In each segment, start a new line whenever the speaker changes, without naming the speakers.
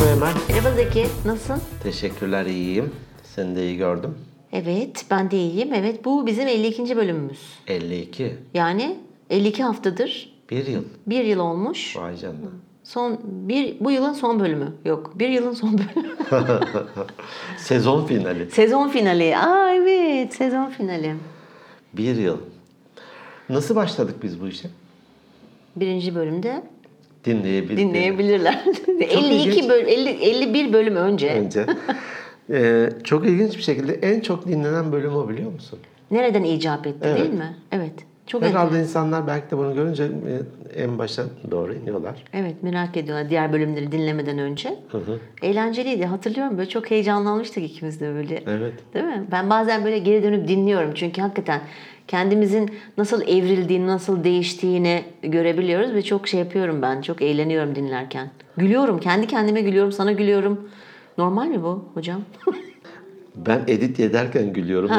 Merhaba Zeki, nasılsın?
Teşekkürler iyiyim. Seni de iyi gördüm.
Evet, ben de iyiyim. Evet, bu bizim 52. bölümümüz.
52.
Yani 52 haftadır,
Bir yıl.
bir yıl olmuş.
Vay canına.
Son bir bu yılın son bölümü. Yok, bir yılın son bölümü.
Sezon finali.
sezon finali. Aa evet, sezon finali.
Bir yıl. Nasıl başladık biz bu işe?
Birinci bölümde
Dinleyebildik.
dinleyebilirler. 52
ilginç.
bölüm, 50, 51 bölüm önce.
Önce. Ee, çok ilginç bir şekilde en çok dinlenen bölüm o biliyor musun?
Nereden icap etti
Evet.
değil mi? Evet. Çok
Herhalde
enteresan.
insanlar belki de bunu görünce e, en başa doğru iniyorlar.
Evet merak ediyorlar diğer bölümleri dinlemeden önce.
hı.
Eğlenceliydi hatırlıyorum böyle çok heyecanlanmıştık ikimiz de böyle.
Evet.
Değil mi? Ben bazen böyle geri dönüp dinliyorum çünkü hakikaten kendimizin nasıl evrildiğini, nasıl değiştiğini görebiliyoruz ve çok şey yapıyorum ben. Çok eğleniyorum dinlerken. Gülüyorum. Kendi kendime gülüyorum. Sana gülüyorum. Normal mi bu hocam?
Ben edit ederken gülüyorum.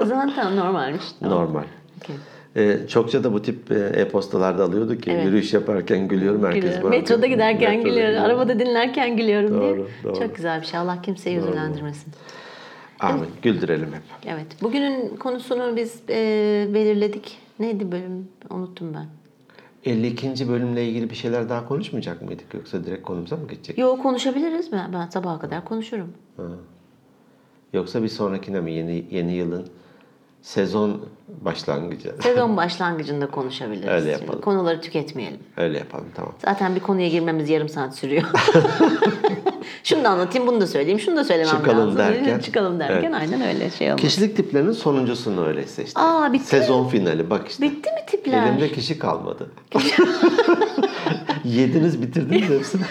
o zaman tamam normalmiş.
Normal.
Okey.
Ee, çokça da bu tip e, e-postalarda alıyorduk ki
Evet.
yürüyüş yaparken gülüyorum herkes
Gülüyorum.
bana.
Metroda giderken
Metroda
gülüyorum. Arabada dinlerken gülüyorum diye.
Doğru, doğru.
Çok güzel bir şey. Allah kimseyi üzülendirmesin.
Amin. Güldürelim hep.
Evet. Bugünün konusunu biz e, belirledik. Neydi bölüm? Unuttum ben.
52. bölümle ilgili bir şeyler daha konuşmayacak mıydık yoksa direkt konumuza mı geçecek?
Yo konuşabiliriz mi? Ben sabaha kadar konuşurum.
Yoksa bir sonrakine mi yeni yeni yılın sezon başlangıcı?
Sezon başlangıcında konuşabiliriz.
Öyle yapalım.
Konuları tüketmeyelim.
Öyle yapalım tamam.
Zaten bir konuya girmemiz yarım saat sürüyor. şunu da anlatayım, bunu da söyleyeyim, şunu da söylemem
Çıkalım
lazım.
derken.
Çıkalım derken
Evet.
aynen öyle şey oldu.
Kişilik tiplerinin sonuncusunu öyleyse işte.
Aa, bitti
Sezon finali bak işte.
Bitti mi tipler?
Elimde kişi kalmadı. Yediniz bitirdiniz hepsini.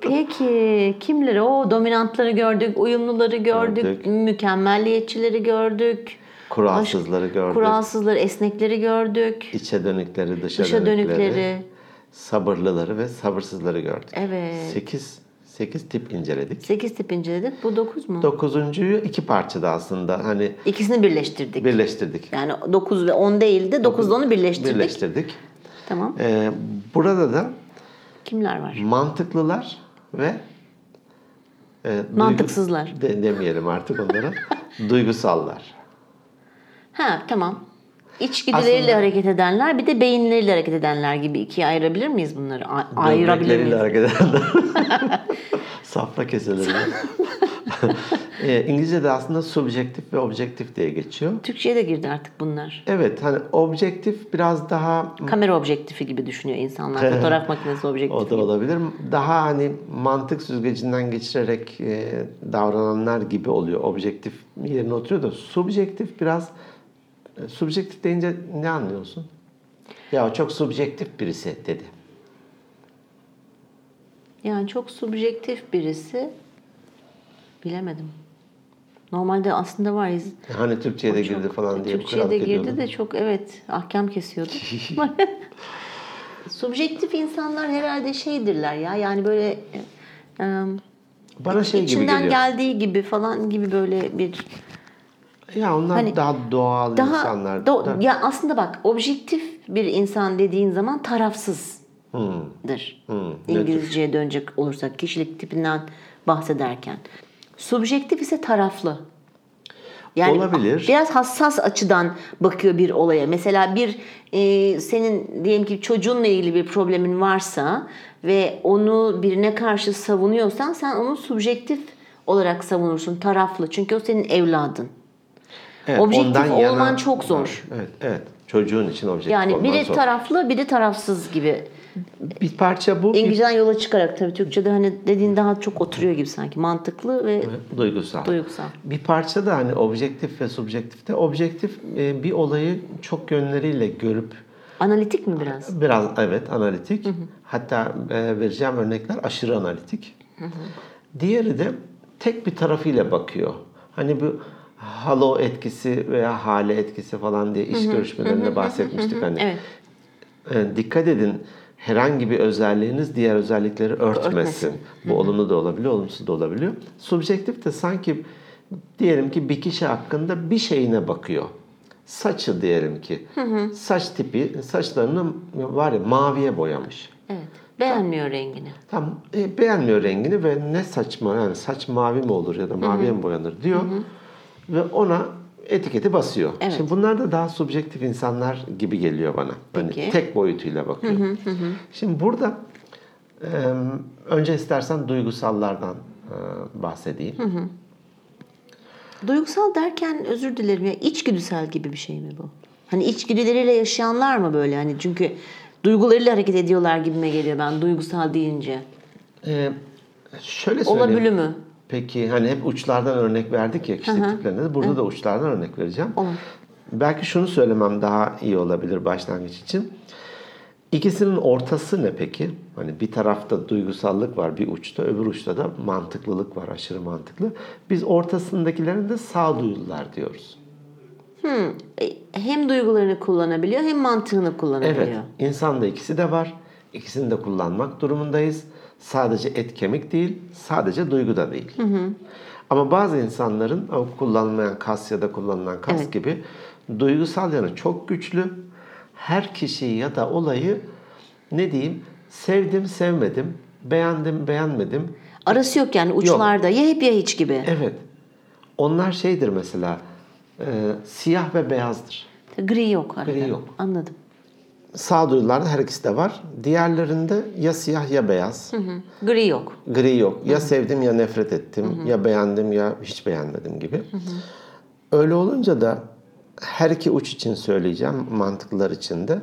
Peki kimleri? O dominantları gördük, uyumluları gördük,
Gördük.
mükemmelliyetçileri gördük.
Kuralsızları gördük.
Kuralsızları, esnekleri gördük.
İçe dönükleri, dışa,
Dışa
dönükleri,
dönükleri.
sabırlıları ve sabırsızları gördük.
Evet.
8 8 tip inceledik.
8 tip inceledik. Bu 9 mu?
Dokuzuncuyu iki parçada aslında hani
İkisini birleştirdik.
birleştirdik.
Yani 9 ve 10 değil de 9 ile 10'u birleştirdik.
Birleştirdik.
Tamam.
Ee, burada da
Kimler var?
mantıklılar ve e, duygu-
Mantıksızlar.
de- demeyelim artık onlara. duygusallar.
Ha tamam. İçgüdüleriyle hareket edenler bir de beyinleriyle hareket edenler gibi ikiye ayırabilir miyiz bunları? A- ayırabilir
Böbrekleriyle
miyiz?
hareket edenler. Safra keseleri. e, İngilizce'de aslında subjektif ve objektif diye geçiyor.
Türkçe'ye de girdi artık bunlar.
Evet hani objektif biraz daha
Kamera objektifi gibi düşünüyor insanlar. Fotoğraf makinesi objektifi.
O da olabilir. Daha hani mantık süzgecinden geçirerek e, davrananlar gibi oluyor. Objektif yerine oturuyor da subjektif biraz e, subjektif deyince ne anlıyorsun? Ya o çok subjektif birisi dedi.
Yani çok subjektif birisi. Bilemedim. Normalde aslında var. iz-
Hani Türkçe'ye de girdi falan diye
Türkçe'ye de
krallık
girdi
ediyordum.
de çok evet ahkam kesiyordu. Subjektif insanlar herhalde şeydirler ya yani böyle e, e,
Bana şey gibi
içinden
geliyor.
geldiği gibi falan gibi böyle bir
ya onlar
Hani
daha doğal
daha
insanlar.
do-
Da-
ya aslında bak objektif bir insan dediğin zaman tarafsızdır.
Hmm,
İngilizceye dönecek olursak kişilik tipinden bahsederken. Subjektif ise taraflı. Yani
Olabilir.
Biraz hassas açıdan bakıyor bir olaya. Mesela bir e, senin diyelim ki çocuğunla ilgili bir problemin varsa ve onu birine karşı savunuyorsan sen onu subjektif olarak savunursun taraflı. Çünkü o senin evladın.
Evet,
objektif
ondan
olman
yana-
çok zor.
Evet, evet. Çocuğun için objektif
Yani
olman
biri
zor.
taraflı, biri tarafsız gibi.
bir parça bu, bir
İngilizceden yola çıkarak tabii Türkçe'de hani dediğin daha çok oturuyor gibi sanki. Mantıklı ve
duygusal.
duygusal.
Bir parça da hani objektif ve subjektifte objektif e, bir olayı çok yönleriyle görüp
Analitik mi biraz?
biraz evet analitik hatta e, vereceğim örnekler aşırı analitik. Diğeri de tek bir tarafıyla bakıyor. Hani bu halo etkisi veya hale etkisi falan diye iş görüşmelerinde bahsetmiştik hani.
Evet.
E, dikkat edin herhangi bir özelliğiniz diğer özellikleri örtmesin.
Örtmesin.
Bu olumlu da olabiliyor, olumsuz da olabiliyor. Subjektif de sanki diyelim ki bir kişi hakkında bir şeyine bakıyor. Saçı diyelim ki. Saç tipi, saçlarını var ya maviye boyamış.
Evet. Beğenmiyor rengini.
Tam e, beğenmiyor rengini ve ne saçma yani saç mavi mi olur ya da maviye mi boyanır diyor. Ve ona etiketi basıyor.
Evet.
Şimdi bunlar da daha subjektif insanlar gibi geliyor bana. Hani
Peki.
tek boyutuyla bakıyor. Şimdi burada e, önce istersen duygusallardan e, bahsedeyim.
Duygusal derken özür dilerim ya içgüdüsel gibi bir şey mi bu? Hani içgüdüleriyle yaşayanlar mı böyle hani çünkü duygularıyla hareket ediyorlar gibime geliyor ben duygusal deyince.
E, şöyle söyleyeyim.
Olabilir mi?
Peki hani hep uçlardan örnek verdik ya kişilik tiplerine de. Burada da uçlardan örnek vereceğim.
Olur.
Belki şunu söylemem daha iyi olabilir başlangıç için. İkisinin ortası ne peki? Hani bir tarafta duygusallık var bir uçta, öbür uçta da mantıklılık var, aşırı mantıklı. Biz ortasındakilerin de sağduyulular diyoruz.
E, Hem duygularını kullanabiliyor hem mantığını kullanabiliyor.
Evet, insan da ikisi de var. İkisini de kullanmak durumundayız. Sadece et kemik değil, sadece duygu da değil. Ama bazı insanların o kullanmayan kas ya da kullanılan kas
Evet.
gibi duygusal yanı çok güçlü. Her kişiyi ya da olayı ne diyeyim sevdim sevmedim, beğendim beğenmedim.
Arası yok yani uçlarda ya hep ya hiç gibi.
Evet, onlar şeydir mesela e, siyah ve beyazdır.
Gri yok arada.
Gri yok.
Anladım.
Sağduyularda her ikisi de var. Diğerlerinde ya siyah ya beyaz.
Hı. Gri yok.
Gri yok. Ya sevdim ya nefret ettim. Ya beğendim ya hiç beğenmedim gibi. Öyle olunca da her iki uç için söyleyeceğim mantıklılar için de.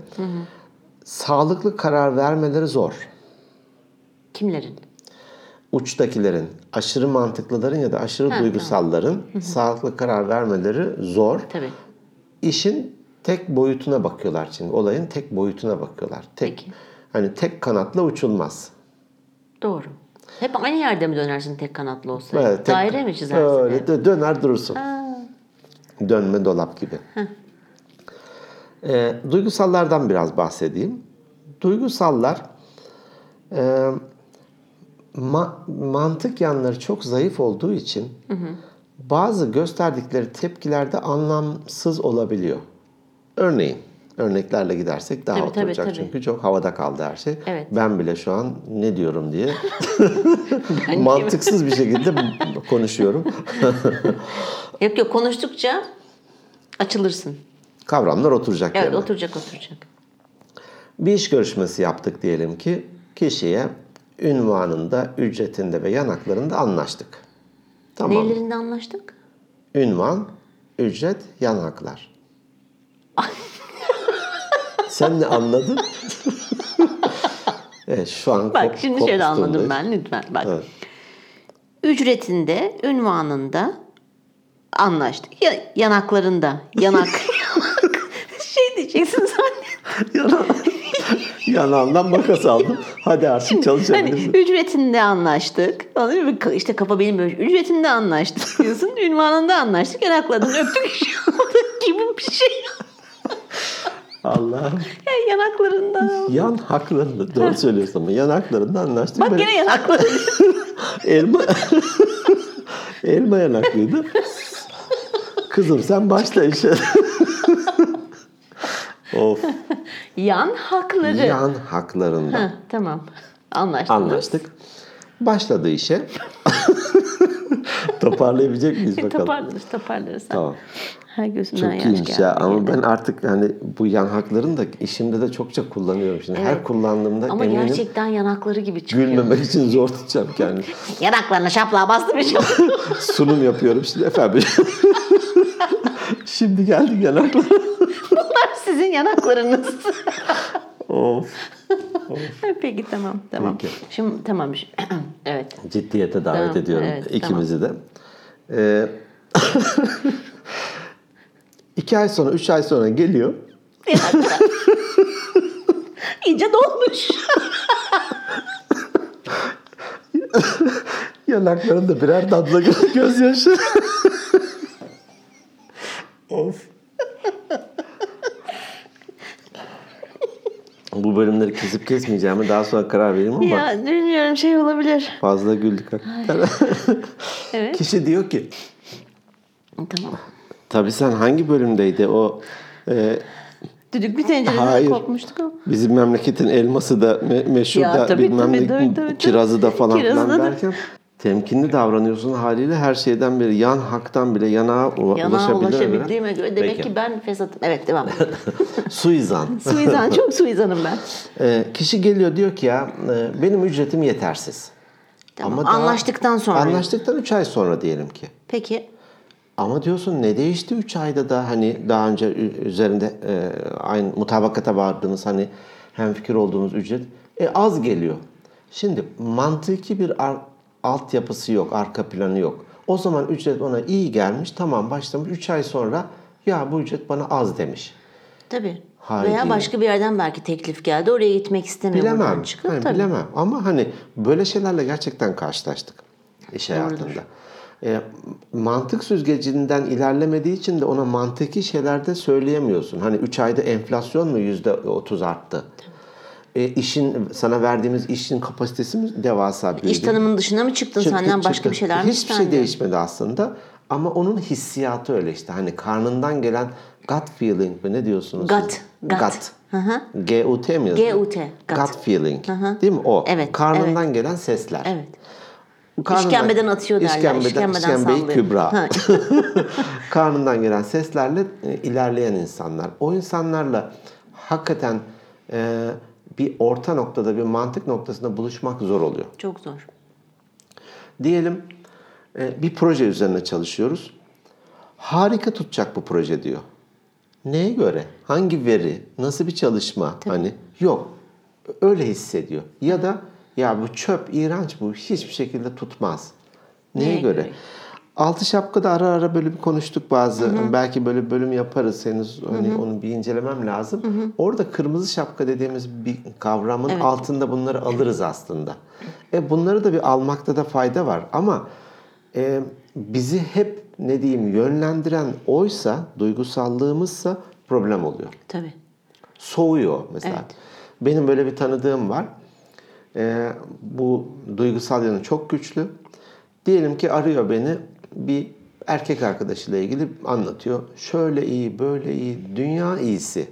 Sağlıklı karar vermeleri zor.
Kimlerin?
Uçtakilerin, aşırı mantıklıların ya da aşırı duygusalların sağlıklı karar vermeleri zor.
Tabii.
İşin tek boyutuna bakıyorlar çünkü. Olayın tek boyutuna bakıyorlar. Tek
Peki.
hani tek kanatla uçulmaz.
Doğru. Hep aynı yerde mi dönersin tek kanatlı olsa?
Evet, tek-
Daire mi çizersin?
Öyle dö- döner durursun. Dönme dolap gibi. Ee, duygusallardan biraz bahsedeyim. Duygusallar e, ma- mantık yanları çok zayıf olduğu için bazı gösterdikleri tepkilerde anlamsız olabiliyor. Örneğin örneklerle gidersek daha
Tabii, tabii,
oturacak
tabii.
çünkü çok havada kaldı her şey.
Evet.
Ben bile şu an ne diyorum diye
Hani
mantıksız bir şekilde konuşuyorum.
Yok yok konuştukça açılırsın.
Kavramlar oturacak
Evet
yerine.
oturacak oturacak.
Bir iş görüşmesi yaptık diyelim ki kişiye ünvanında, ücretinde ve yanaklarında anlaştık. Tamam.
Nelerinde anlaştık?
Ünvan, ücret, yanaklar. Sen ne anladın? evet, şu an
Bak
kop-
şimdi şöyle
kopustundayız.
anladım ben lütfen. Bak.
Evet.
Ücretinde, ünvanında anlaştık. Ya- yanaklarında. Yanak. yanak. şey diyeceksin zannettim.
Yanağımdan makas aldım. Hadi artık
Hani
çalışabilirsin.
ücretinde anlaştık. Anladın mı? Ka- İşte kafa benim böyle. Ücretinde anlaştık diyorsun. Ünvanında anlaştık. Yanaklarından öptük. gibi bir şey.
Allah'ım.
Yani yanaklarında.
Yan haklarında doğru söylüyorsun ama yan haklarında anlaştık.
Bak
Ben-
gene yanakları.
Elma elma yanaklıydı. Kızım sen başla işe. of.
Yan hakları.
Yan haklarında.
Heh, tamam. Anlaştık.
Anlaştık. Başladı işe. Toparlayabilecek miyiz bakalım?
Şey, Toparlarız toparlarız.
Tamam.
Ha gözümden
Çok
E, yaş
iyiymiş
geldi.
ya ama ben artık hani bu yan haklarını da işimde de çokça kullanıyorum şimdi. Her kullandığımda
Ama
eminim
gerçekten yanakları gibi çıkıyor.
gülmemek için zor tutacağım kendimi.
Yanaklarına şaplığa bastı bir şey.
Sunum yapıyorum şimdi efendim. şimdi geldik yanaklara.
Bunlar sizin yanaklarınız.
Of.
Peki tamam tamam.
Peki.
Şimdi tamam. şi- evet.
Ciddiyete davet
Tamam,
ediyorum
evet,
ikimizi de. Ee, iki ay sonra, üç ay sonra geliyor.
Yanaklar. İyice dolmuş.
Yanaklarında birer damla gö- gözyaşı. of. Bu bölümleri kesip kesmeyeceğimi daha sonra karar vereyim ama
ya bilmiyorum şey olabilir.
fazla güldük hakikaten.
Evet.
Kişi diyor ki
Tamam.
Tabii sen hangi bölümdeydi o e,
Düdüklü tencereden
Hayır.
kopmuştuk ama.
Bizim memleketin elması da me- meşhur
Ya
da
tabii,
bilmem
tabii,
ne
tabii, tabii.
kirazı da falan
Kirazı
filan
da-
derken temkinli davranıyorsun haliyle her şeyden beri yan haktan bile yanağa, ula-
Yanağa
ulaşabildiğine göre-
ulaşabildiğime göre demek
Peki.
ki ben fesatım. Evet devam edelim.
Suizan.
suizan, çok suizanım ben.
Ee, kişi geliyor diyor ki ya e, benim ücretim yetersiz.
Tamam,
daha-
anlaştıktan sonra.
Anlaştıktan 3 ay sonra diyelim ki.
Peki.
Ama diyorsun ne değişti 3 ayda da hani daha önce ü- üzerinde e, aynı mutabakata vardığınız hani hem fikir olduğunuz ücret e, az geliyor. Şimdi mantıki bir ar- altyapısı yok, arka planı yok. O zaman ücret ona iyi gelmiş, tamam başlamış 3 ay sonra ya bu ücret bana az demiş.
Tabii.
Haydi.
Veya başka bir yerden belki teklif geldi. Oraya gitmek istemiyor.
Bilemem.
buradan Çıkıp,
Hani
tabii.
bilemem. Ama hani böyle şeylerle gerçekten karşılaştık iş hayatında. E, mantık süzgecinden ilerlemediği için de ona mantıki şeyler de söyleyemiyorsun. Hani 3 ayda enflasyon mu %30 arttı? E, işin sana verdiğimiz işin kapasitesi mi devasa büyüdü?
İş tanımının dışına mı çıktın
Çıktı,
senden başka
çıktı.
bir şeyler mi
Hiçbir şey
istendi?
değişmedi aslında. Ama onun hissiyatı öyle işte. Hani karnından gelen gut feeling mi ne diyorsunuz?
Gut,
siz?
gut. Hı hı.
G-U-T mi yazıyor?
G-U-T,
Gut,
gut.
feeling. Değil mi o?
Evet,
Karnından gelen sesler.
Evet. İşkembeden atıyor derler.
İşkembeden,
İşkembeden
işkembeyi
sallıyor.
kübra.
Ha.
Karnından gelen seslerle e, ilerleyen insanlar. O insanlarla hakikaten e, bir orta noktada, bir mantık noktasında buluşmak zor oluyor.
Çok zor.
Diyelim e, bir proje üzerine çalışıyoruz. Harika tutacak bu proje diyor. Neye göre? Hangi veri? Nasıl bir çalışma? Hani yok. Öyle hissediyor. Ya da ya bu çöp iğrenç bu hiçbir şekilde tutmaz. Neye,
Neye
göre?
göre?
Altı şapkada ara ara böyle bir konuştuk bazı. Belki böyle bir bölüm yaparız henüz hani onu bir incelemem lazım. Orada kırmızı şapka dediğimiz bir kavramın altında bunları alırız aslında. E bunları da bir almakta da fayda var ama e, bizi hep ne diyeyim yönlendiren oysa duygusallığımızsa problem oluyor
Tabii.
soğuyor mesela. Benim böyle bir tanıdığım var. Ee, bu duygusal yanı çok güçlü. Diyelim ki arıyor beni bir erkek arkadaşıyla ilgili anlatıyor. Şöyle iyi, böyle iyi, dünya iyisi.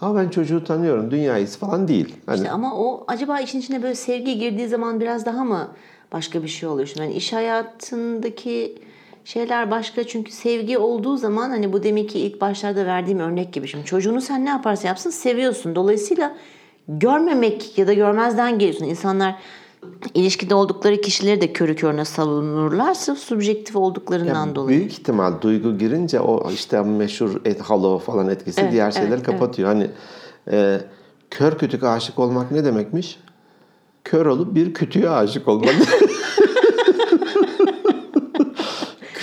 Ama ben çocuğu tanıyorum, dünya iyisi falan değil. Hani
İşte ama o acaba işin içine böyle sevgi girdiği zaman biraz daha mı başka bir şey oluyor? Şimdi hani iş hayatındaki şeyler başka çünkü sevgi olduğu zaman hani bu demek ki ilk başlarda verdiğim örnek gibi. Şimdi çocuğunu sen ne yaparsa yapsın seviyorsun. Dolayısıyla görmemek ya da görmezden geliyorsun. İnsanlar ilişkide oldukları kişileri de körü körüne savunurlar sırf subjektif olduklarından dolayı.
büyük ihtimal duygu girince o işte meşhur et, halo falan etkisi
Evet,
diğer
evet,
şeyleri
evet.
kapatıyor. Hani e, kör kütük aşık olmak ne demekmiş? Kör olup bir kütüğe aşık olmak.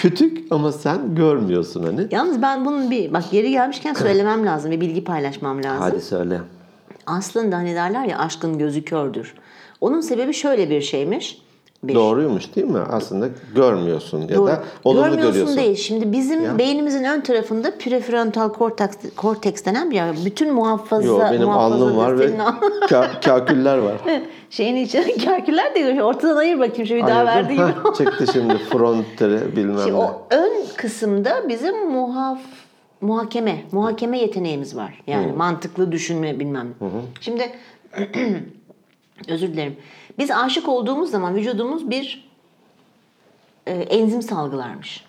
kütük ama sen görmüyorsun hani.
Yalnız ben bunun bir bak yeri gelmişken söylemem lazım ve bilgi paylaşmam lazım.
Hadi söyle.
Aslında hani derler ya aşkın gözü kördür. Onun sebebi şöyle bir şeymiş. Bir.
Doğruymuş değil mi? Aslında görmüyorsun ya da olumlu
Görmüyorsun
görüyorsun.
değil. Şimdi bizim
Ya.
beynimizin ön tarafında prefrontal korteks, korteks denen bir yer. Bütün muhafaza,
Yo, benim
muhafazadır.
alnım var ve
Senin al-
ka- kaküller var.
şeyin içinde kâküler de ortadan ayır bakayım şu bir daha
Ayırdım.
verdiği gibi.
Hah, Çıktı şimdi frontere bilmem
Şimdi
ne.
o ön kısımda bizim muhaf muhakeme, muhakeme yeteneğimiz var. Yani mantıklı düşünme bilmem. ne. Şimdi özür dilerim. Biz aşık olduğumuz zaman vücudumuz bir e, enzim salgılarmış.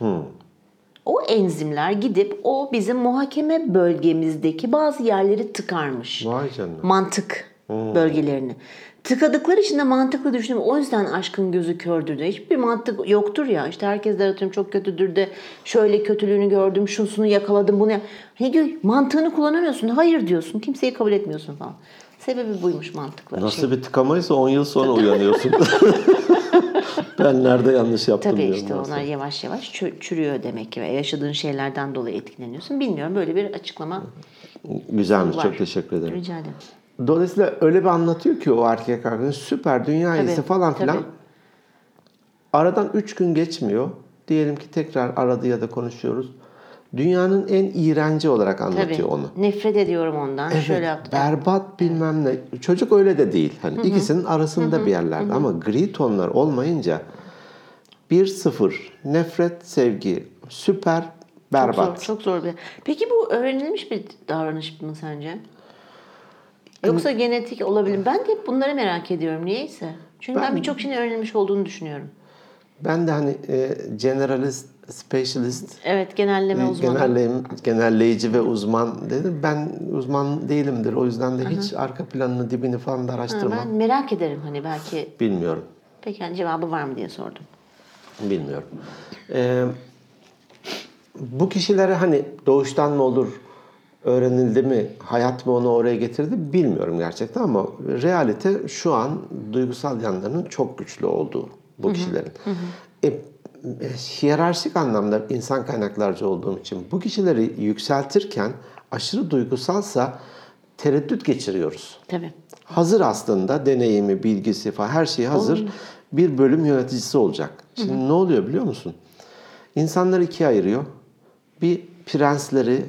O enzimler gidip o bizim muhakeme bölgemizdeki bazı yerleri tıkarmış
Vay canına.
mantık
Hmm.
bölgelerini. Tıkadıkları için de mantıklı düşünüyorum. O yüzden aşkın gözü kördür de. Hiçbir mantık yoktur ya. İşte herkes de atıyorum çok kötüdür de şöyle kötülüğünü gördüm, şunsunu yakaladım, bunu. ya- Ne diyor? Mantığını kullanamıyorsun. Hayır diyorsun. Kimseyi kabul etmiyorsun falan. Sebebi buymuş mantıklar.
Nasıl
Şey,
bir tıkamaysa 10 yıl sonra uyanıyorsun. ben nerede yanlış yaptım
Tabii
diyorum
işte
bazen.
onlar yavaş yavaş çö- çürüyor demek ki. Ve yaşadığın şeylerden dolayı etkileniyorsun. Bilmiyorum böyle bir açıklama
Güzelmiş
var.
çok teşekkür ederim.
rica ederim.
Dolayısıyla öyle bir anlatıyor ki o erkek arkadaş süper dünya
Tabii,
iyisi falan
tabii.
filan. Aradan 3 gün geçmiyor. Diyelim ki tekrar aradı ya da konuşuyoruz. Dünyanın en iğrenci olarak anlatıyor
Tabii.
onu.
Nefret ediyorum ondan. Şöyle
Evet,
yaptım.
Berbat bilmem ne. Çocuk öyle de değil. Hani ikisinin arasında bir yerlerde ama gri tonlar olmayınca 1-0 nefret, sevgi, süper
Çok
Berbat.
zor, çok zor bir. Peki bu öğrenilmiş bir davranış mı sence? Yoksa genetik olabilir. Ben de hep bunları merak ediyorum niyeyse. Çünkü ben,
Ben-
birçok şeyin öğrenilmiş olduğunu düşünüyorum.
Ben de hani e, generalist, specialist, hani
Evet, genelleme uzmanı.
genelleyim- genelleyici ve uzman dedim. Ben uzman değilimdir. O yüzden de hiç arka planını, dibini falan da
Ha,
araştırmam.
ben merak ederim hani belki
Bilmiyorum.
peki hani cevabı var mı diye sordum.
Bilmiyorum. Ee, bu kişilere hani doğuştan mı olur, öğrenildi mi, hayat mı onu oraya getirdi bilmiyorum gerçekten ama realite şu an duygusal yanlarının çok güçlü olduğu bu kişilerin. E, e, hiyerarşik anlamda insan kaynaklarcı olduğum için bu kişileri yükseltirken aşırı duygusalsa tereddüt geçiriyoruz.
Tabii.
Hazır aslında deneyimi, bilgisi falan her şey hazır. Bir bölüm yöneticisi olacak. Şimdi ne oluyor biliyor musun? İnsanları ikiye ayırıyor. Bir prensleri,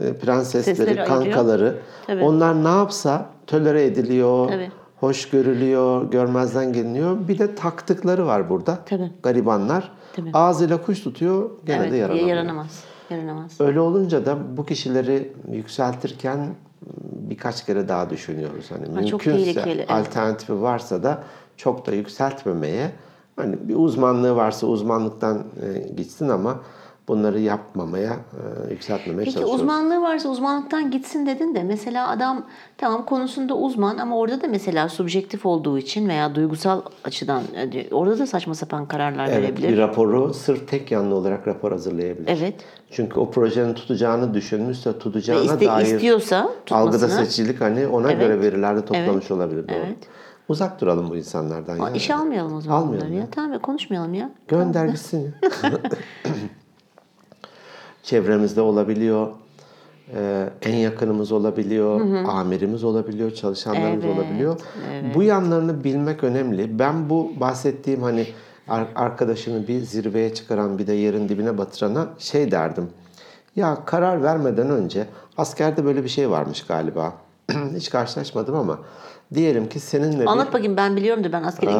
e, prensesleri,
Sesleri ayırıyor.
kankaları.
Tabii.
Onlar ne yapsa tölere ediliyor,
Tabii.
hoş görülüyor, görmezden geliniyor. Bir de taktıkları var burada.
Tabii.
Garibanlar.
Tabii.
Ağzıyla kuş tutuyor, gene
Evet,
de yaranamıyor.
yaranamaz. Yaranamaz.
Öyle olunca da bu kişileri yükseltirken birkaç kere daha düşünüyoruz. Hani
Ha, çok
mümkünse
tehlikeli, evet.
alternatifi varsa da çok da yükseltmemeye hani bir uzmanlığı varsa uzmanlıktan e, gitsin ama bunları yapmamaya, e, yükseltmemeye
Peki
çalışıyoruz.
uzmanlığı varsa uzmanlıktan gitsin dedin de mesela adam tamam konusunda uzman ama orada da mesela subjektif olduğu için veya duygusal açıdan e, orada da saçma sapan kararlar
Evet,
verebilir.
bir raporu sırf tek yanlı olarak rapor hazırlayabilir.
Evet.
Çünkü o projenin tutacağını düşünmüşse
Ve
tutacağına
iste-
dair
istiyorsa
algıda
tutmasını
seçicilik hani ona
Evet.
göre verilerde toplamış olabilir. Doğru.
Evet.
Uzak duralım bu insanlardan. ya.
işe almayalım o zaman
Almayalım
bunları ya. Tamam ya konuşmayalım ya.
Gönder gitsin. Çevremizde olabiliyor. Ee, en yakınımız olabiliyor, amirimiz olabiliyor, çalışanlarımız
Evet,
olabiliyor. Bu yanlarını bilmek önemli. Ben bu bahsettiğim hani ar- arkadaşını bir zirveye çıkaran bir de yerin dibine batırana şey derdim. Ya karar vermeden önce askerde böyle bir şey varmış galiba. Hiç karşılaşmadım ama diyelim ki seninle bir
Anlat bakayım ben biliyorum da ben askere
Aa.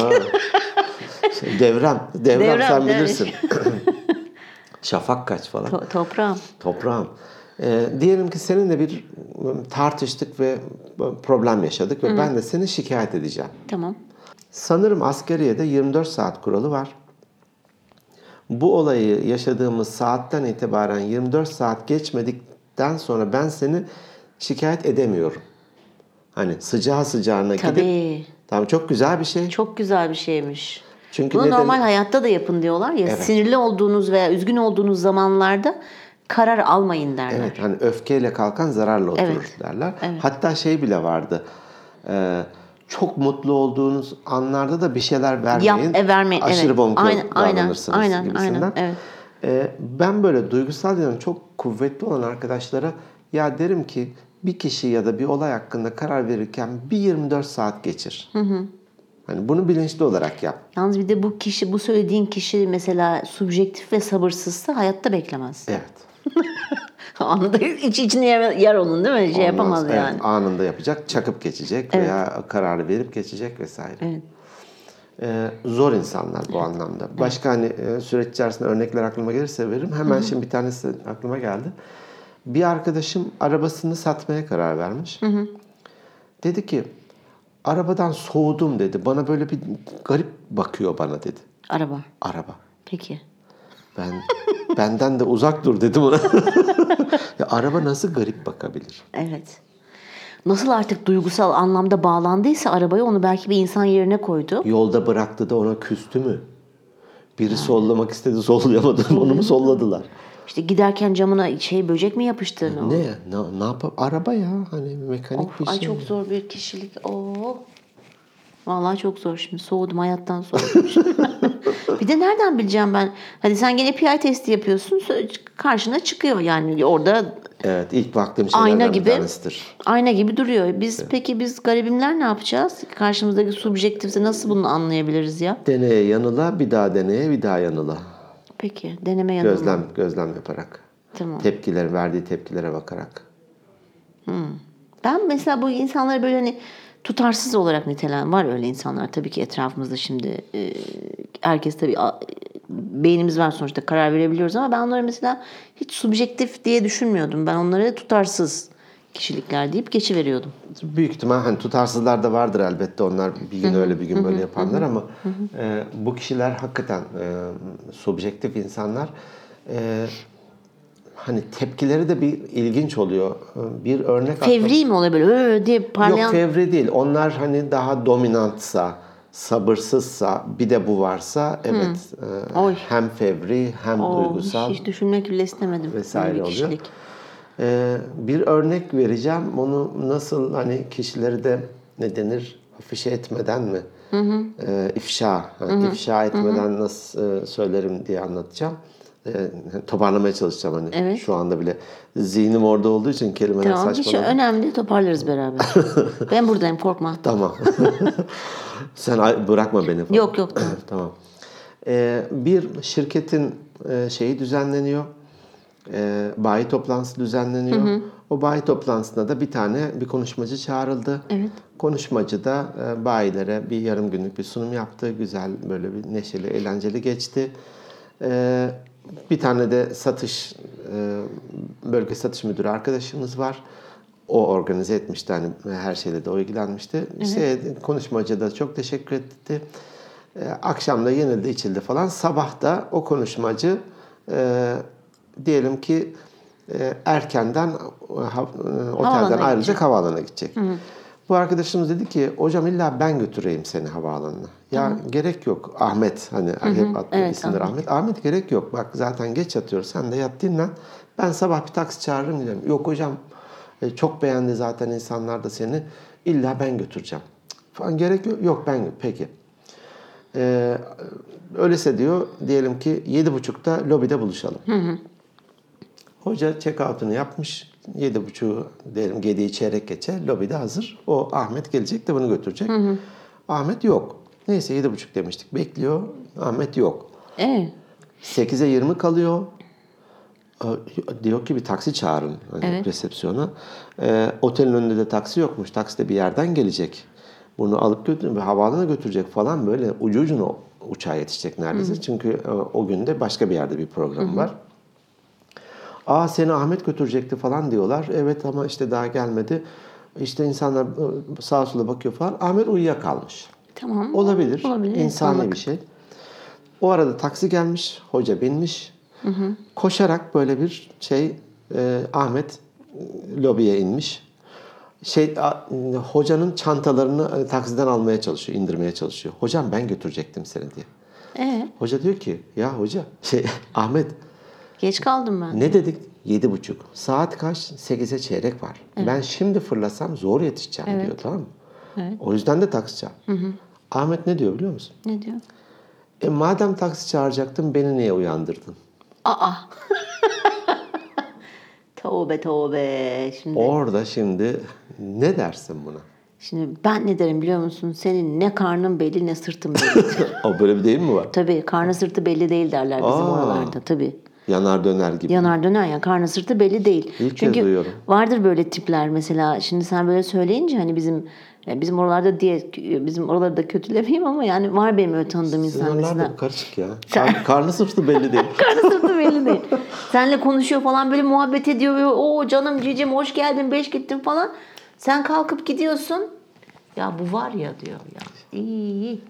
Şey, devrem, devrem,
Devrem,
sen
devrem.
bilirsin. Şafak kaç falan.
To- toprağım.
Toprağım. Ee, diyelim ki seninle bir ıı, tartıştık ve ıı, problem yaşadık ve ben de seni şikayet edeceğim.
Tamam.
Sanırım askeriyede 24 saat kuralı var. Bu olayı yaşadığımız saatten itibaren 24 saat geçmedikten sonra ben seni şikayet edemiyorum. Hani sıcağı sıcağına gidip
Tabii.
tamam çok güzel bir şey.
Çok güzel bir şeymiş.
Çünkü
Bunu
neden-
normal hayatta da yapın diyorlar ya. Sinirli olduğunuz veya üzgün olduğunuz zamanlarda karar almayın derler.
Evet hani öfkeyle kalkan zararla oturur
Evet.
derler. Hatta şey bile vardı. Ee, çok mutlu olduğunuz anlarda da bir şeyler vermeyin.
Yap, e, vermeyin,
Aşırı
evet.
bonkör
Aynen, aynen,
davranırsınız
aynen,
gibisinden.
aynen, evet.
Ee, ben böyle duygusal yanı çok kuvvetli olan arkadaşlara ya derim ki bir kişi ya da bir olay hakkında karar verirken bir 24 saat geçir. Hani bunu bilinçli olarak yap.
Yalnız bir de bu kişi, bu söylediğin kişi mesela subjektif ve sabırsızsa hayatta beklemez.
Evet.
Anında iç içine yer, yer onun değil mi? Şey
Ondan
yapamaz
sonra- evet,
yani.
anında yapacak, çakıp geçecek veya kararı verip geçecek vesaire.
Evet.
Ee, zor insanlar bu anlamda. Başka hani e, süreç içerisinde örnekler aklıma gelirse veririm. Hemen şimdi bir tanesi aklıma geldi. Bir arkadaşım arabasını satmaya karar vermiş. Dedi ki arabadan soğudum dedi. Bana böyle bir garip bakıyor bana dedi.
Araba.
Araba.
Peki.
Ben benden de uzak dur dedim ona. ya araba nasıl garip bakabilir?
Evet. Nasıl artık duygusal anlamda bağlandıysa arabaya onu belki bir insan yerine koydu.
Yolda bıraktı da ona küstü mü? Biri sollamak istedi sollayamadı. Onu mu solladılar?
İşte giderken camına şey böcek mi yapıştı?
Ne? Ne, ne yapıp araba ya hani mekanik
Of,
bir şey.
ay çok zor bir kişilik. Oo. Vallahi çok zor şimdi. Soğudum hayattan soğudum. bir de nereden bileceğim ben? Hadi sen gene PI testi yapıyorsun. sö- Karşına çıkıyor yani orada
Evet ilk baktığım şeylerden
Ayna
bir
gibi.
tanesidir.
ayna gibi duruyor. Biz peki biz garibimler ne yapacağız? Karşımızdaki subjektifse nasıl bunu anlayabiliriz ya?
Deneye yanıla bir daha deneye bir daha yanıla.
Peki deneme yanılma.
Gözlem gözlem yaparak.
Tamam.
Tepkiler verdiği tepkilere bakarak.
Ben mesela bu insanları böyle hani tutarsız olarak nitelen var öyle insanlar tabii ki etrafımızda şimdi e, herkes tabii a- beynimiz var sonuçta karar verebiliyoruz ama ben onları mesela hiç subjektif diye düşünmüyordum. Ben onları tutarsız kişilikler deyip geçiveriyordum.
Büyük ihtimal hani tutarsızlar da vardır elbette onlar bir gün öyle bir gün böyle yapanlar ama e, bu kişiler hakikaten e, subjektif insanlar. E, hani tepkileri de bir ilginç oluyor. E, Bir örnek aklıma-
Fevri mi oluyor böyle "Ö" diye
Yok
parlayan
fevri değil. Onlar hani daha dominantsa, sabırsızsa, bir de bu varsa evet e,
Oy.
hem fevri hem
Oo,
duygusal.
hiç, hiç düşünmek bile istemedim.
vesaire
Böyle bir
oluyor.
kişilik.
Ee, bir örnek vereceğim. Onu nasıl hani kişileri de ne denir? Afişe etmeden mi? Ee, ifşa. Yani ifşa etmeden nasıl e, söylerim diye anlatacağım. Ee, toparlamaya çalışacağım hani.
Evet.
Şu anda bile zihnim orada olduğu için kelimeler
Tamam şey hiç
saçmalanıyor.
önemli toparlarız beraber. ben buradayım korkma.
Tamam. Sen ay- bırakma beni falan.
Yok yok tamam.
tamam. Ee, bir şirketin e, şeyi düzenleniyor. Ee, bayi toplantısı düzenleniyor. O bayi toplantısına da bir tane bir konuşmacı çağrıldı.
Evet.
Konuşmacı da e, bayilere bir yarım günlük bir sunum yaptı. Güzel böyle bir neşeli, eğlenceli geçti. Ee, bir tane de satış e, bölge satış müdürü arkadaşımız var. O organize etmişti hani her şeyle de o ilgilenmişti. İşte konuşmacı da çok teşekkür etti. Ee, akşam da yenildi içildi falan. Sabah da o konuşmacı e, diyelim ki e, erkenden e, ha- e, otelden
Havaalanına
ayrılacak havaalanına gidecek. Bu arkadaşımız dedi ki hocam illa ben götüreyim seni havaalanına. Ya gerek yok Ahmet hani hep adlı
Evet,
isimdir Ahmet. Ahmet gerek yok bak zaten geç yatıyoruz sen de yat dinlen. Ben sabah bir taksi çağırırım giderim. Yok hocam e, çok beğendi zaten insanlar da seni illa ben götüreceğim. Cık, Falan gerek yok yok ben gö- peki. Ee, öyleyse diyor diyelim ki yedi buçukta lobide buluşalım. Hoca check-out'unu yapmış. Yedi buçuğu diyelim gediği çeyrek geçe lobide hazır. O Ahmet gelecek de bunu götürecek. Ahmet yok. Neyse yedi buçuk demiştik. Bekliyor. Ahmet yok.
Ee,
8'e 20 kalıyor. Ee, Diyor ki bir taksi çağırın hani
Evet.
resepsiyona. Ee, otelin önünde de taksi yokmuş. Taksi de bir yerden gelecek. Bunu alıp götür, havaalanına götürecek falan böyle ucu ucuna uçağa yetişecek neredeyse. Çünkü e, o gün de başka bir yerde bir program var. Aa seni Ahmet götürecekti falan diyorlar. Evet ama işte daha gelmedi. İşte insanlar e, sağa sola bakıyor falan. Ahmet uyuyakalmış.
tamam.
Olabilir.
Olabilir,
İnsani
insanlık.
bir şey. O arada taksi gelmiş, hoca binmiş. Koşarak böyle bir şey e, Ahmet e, lobiye inmiş. Şey a- e, hocanın çantalarını e, taksiden almaya çalışıyor, indirmeye çalışıyor. Hocam ben götürecektim seni diye.
Ee,
Hoca diyor ki ya hoca şey Ahmet
geç kaldım ben.
ne dedik? Yedi buçuk. Saat kaç? Sekize çeyrek var. Ben şimdi fırlasam zor yetişeceğim diyor tamam mı?
Evet.
O yüzden de taksi çağır. Ahmet ne diyor biliyor musun?
Ne diyor?
E madem taksi çağıracaktın beni niye uyandırdın?
Aa. tövbe tövbe. Şimdi
Orada şimdi ne dersin buna?
şimdi ben ne derim biliyor musun? Senin ne karnın belli ne sırtın belli.
O böyle bir deyim mi var?
tabii karnı sırtı belli değil derler bizim
Aa.
oralarda tabii.
Yanar döner gibi.
Yanar döner ya karnı sırtı belli değil.
İlk kez
Çünkü
duyuyorum.
vardır böyle tipler mesela şimdi sen böyle söyleyince hani bizim e, bizim oralarda diye bizim oralarda kötülemeyeyim ama yani var benim öyle tanıdığım
Sizin
insan
oralar
mesela.
da karışık ya. Kar- karnı sırtı belli değil.
Karnı sırtı belli değil. Senle konuşuyor falan böyle muhabbet ediyor. Böyle, Oo canım cicim hoş geldin beş gittin falan. Sen kalkıp gidiyorsun. Ya bu var ya diyor ya. İyi iyi.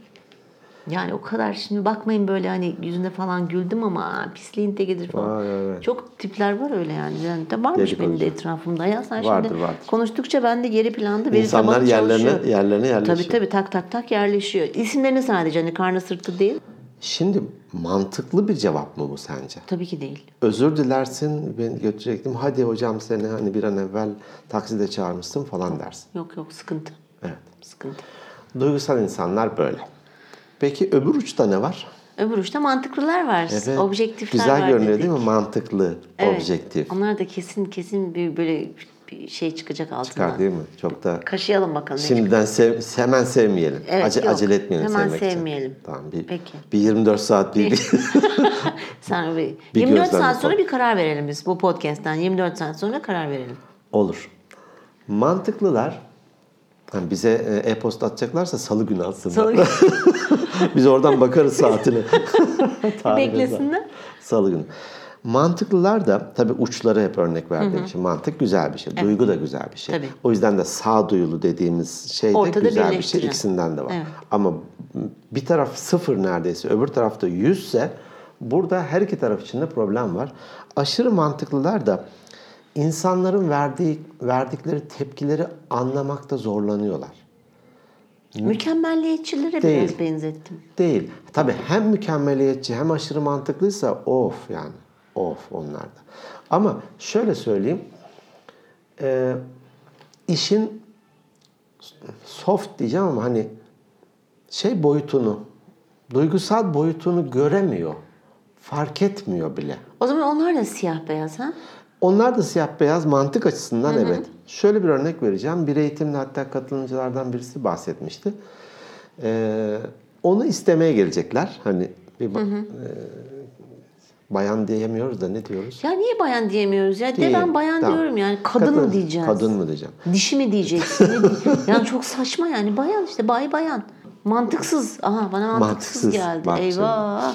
Yani o kadar şimdi bakmayın böyle hani yüzüne falan güldüm ama aa, pisliğin tekidir falan.
Vay, vay, vay.
Çok tipler var öyle yani. yani de varmış
Dedikoducu.
benim de etrafımda. Ya sen
Vardır,
şimdi
vardır.
konuştukça ben de geri planda veri
İnsanlar
tabanı çalışıyor.
yerlerine, yerlerine yerleşiyor.
Tabii tabii tak tak tak yerleşiyor. İsimlerini sadece hani karnı sırtı değil.
Şimdi mantıklı bir cevap mı bu sence?
Tabii ki değil.
Özür dilersin beni götürecektim. Hadi hocam seni hani bir an evvel takside çağırmışsın falan dersin.
Yok yok sıkıntı.
Evet.
Sıkıntı.
Duygusal insanlar böyle. Peki öbür uçta ne var?
Öbür uçta mantıklılar var.
Evet.
Objektifler
Güzel
var
görünüyor
dedik.
değil mi? Mantıklı,
Evet.
objektif.
Onlar da kesin kesin bir böyle bir şey çıkacak altından.
Çıkar değil mi? Çok da
Kaşıyalım bakalım. ne
şimdiden sev- hemen sevmeyelim.
Evet,
Ace-
yok.
acele etmeyelim
Hemen
sevmek için.
sevmeyelim.
Tamam bir,
Peki.
bir 24 saat bir
çıkacak. Sen bir,
Bir
24
gözden
saat
bakalım.
sonra bir karar verelim biz bu podcast'ten. 24 saat sonra karar verelim.
olur. hani Mantıklılar yani bize e, e-posta atacaklarsa salı günü atsınlar.
şey Salı günü.
Biz oradan bakarız saatine. Tarihine.
Beklesinler.
Salı günü. Mantıklılar da tabii uçları hep örnek verdiğim için mantık güzel bir şey. Duygu da güzel bir şey.
Tabii.
O yüzden de sağduyulu dediğimiz şey de
Ortada
güzel bir şey.
birleştiriyor.
İkisinden de var.
Evet.
Ama bir taraf sıfır neredeyse öbür tarafta yüzse burada her iki taraf için de problem var. Aşırı mantıklılar da insanların verdiği verdikleri tepkileri anlamakta zorlanıyorlar.
Mükemmelliyetçilere
Değil.
biraz benzettim.
Değil. Tabii hem mükemmeliyetçi hem aşırı mantıklıysa of yani. Of onlar da. Ama şöyle söyleyeyim. Ee, işin soft diyeceğim ama hani şey boyutunu, duygusal boyutunu göremiyor. Fark etmiyor bile.
O zaman onlar da siyah beyaz ha?
Onlar da siyah beyaz mantık açısından evet. Şöyle bir örnek vereceğim. Bir eğitimde hatta katılımcılardan birisi bahsetmişti. Ee, onu istemeye gelecekler. Hani bir ba- e, bayan diyemiyoruz da ne diyoruz?
Ya niye bayan diyemiyoruz ya? De ben
Diyelim.
bayan
Tamam.
diyorum yani. Kadın, mı diyeceğiz?
Kadın mı diyeceğim?
Dişi mi diyeceksin? Ne diyeceksin? yani çok saçma yani. Bayan işte bay bayan. Mantıksız. Aha bana mantıksız,
Mantıksız,
geldi.
mantıksız.
Eyvah.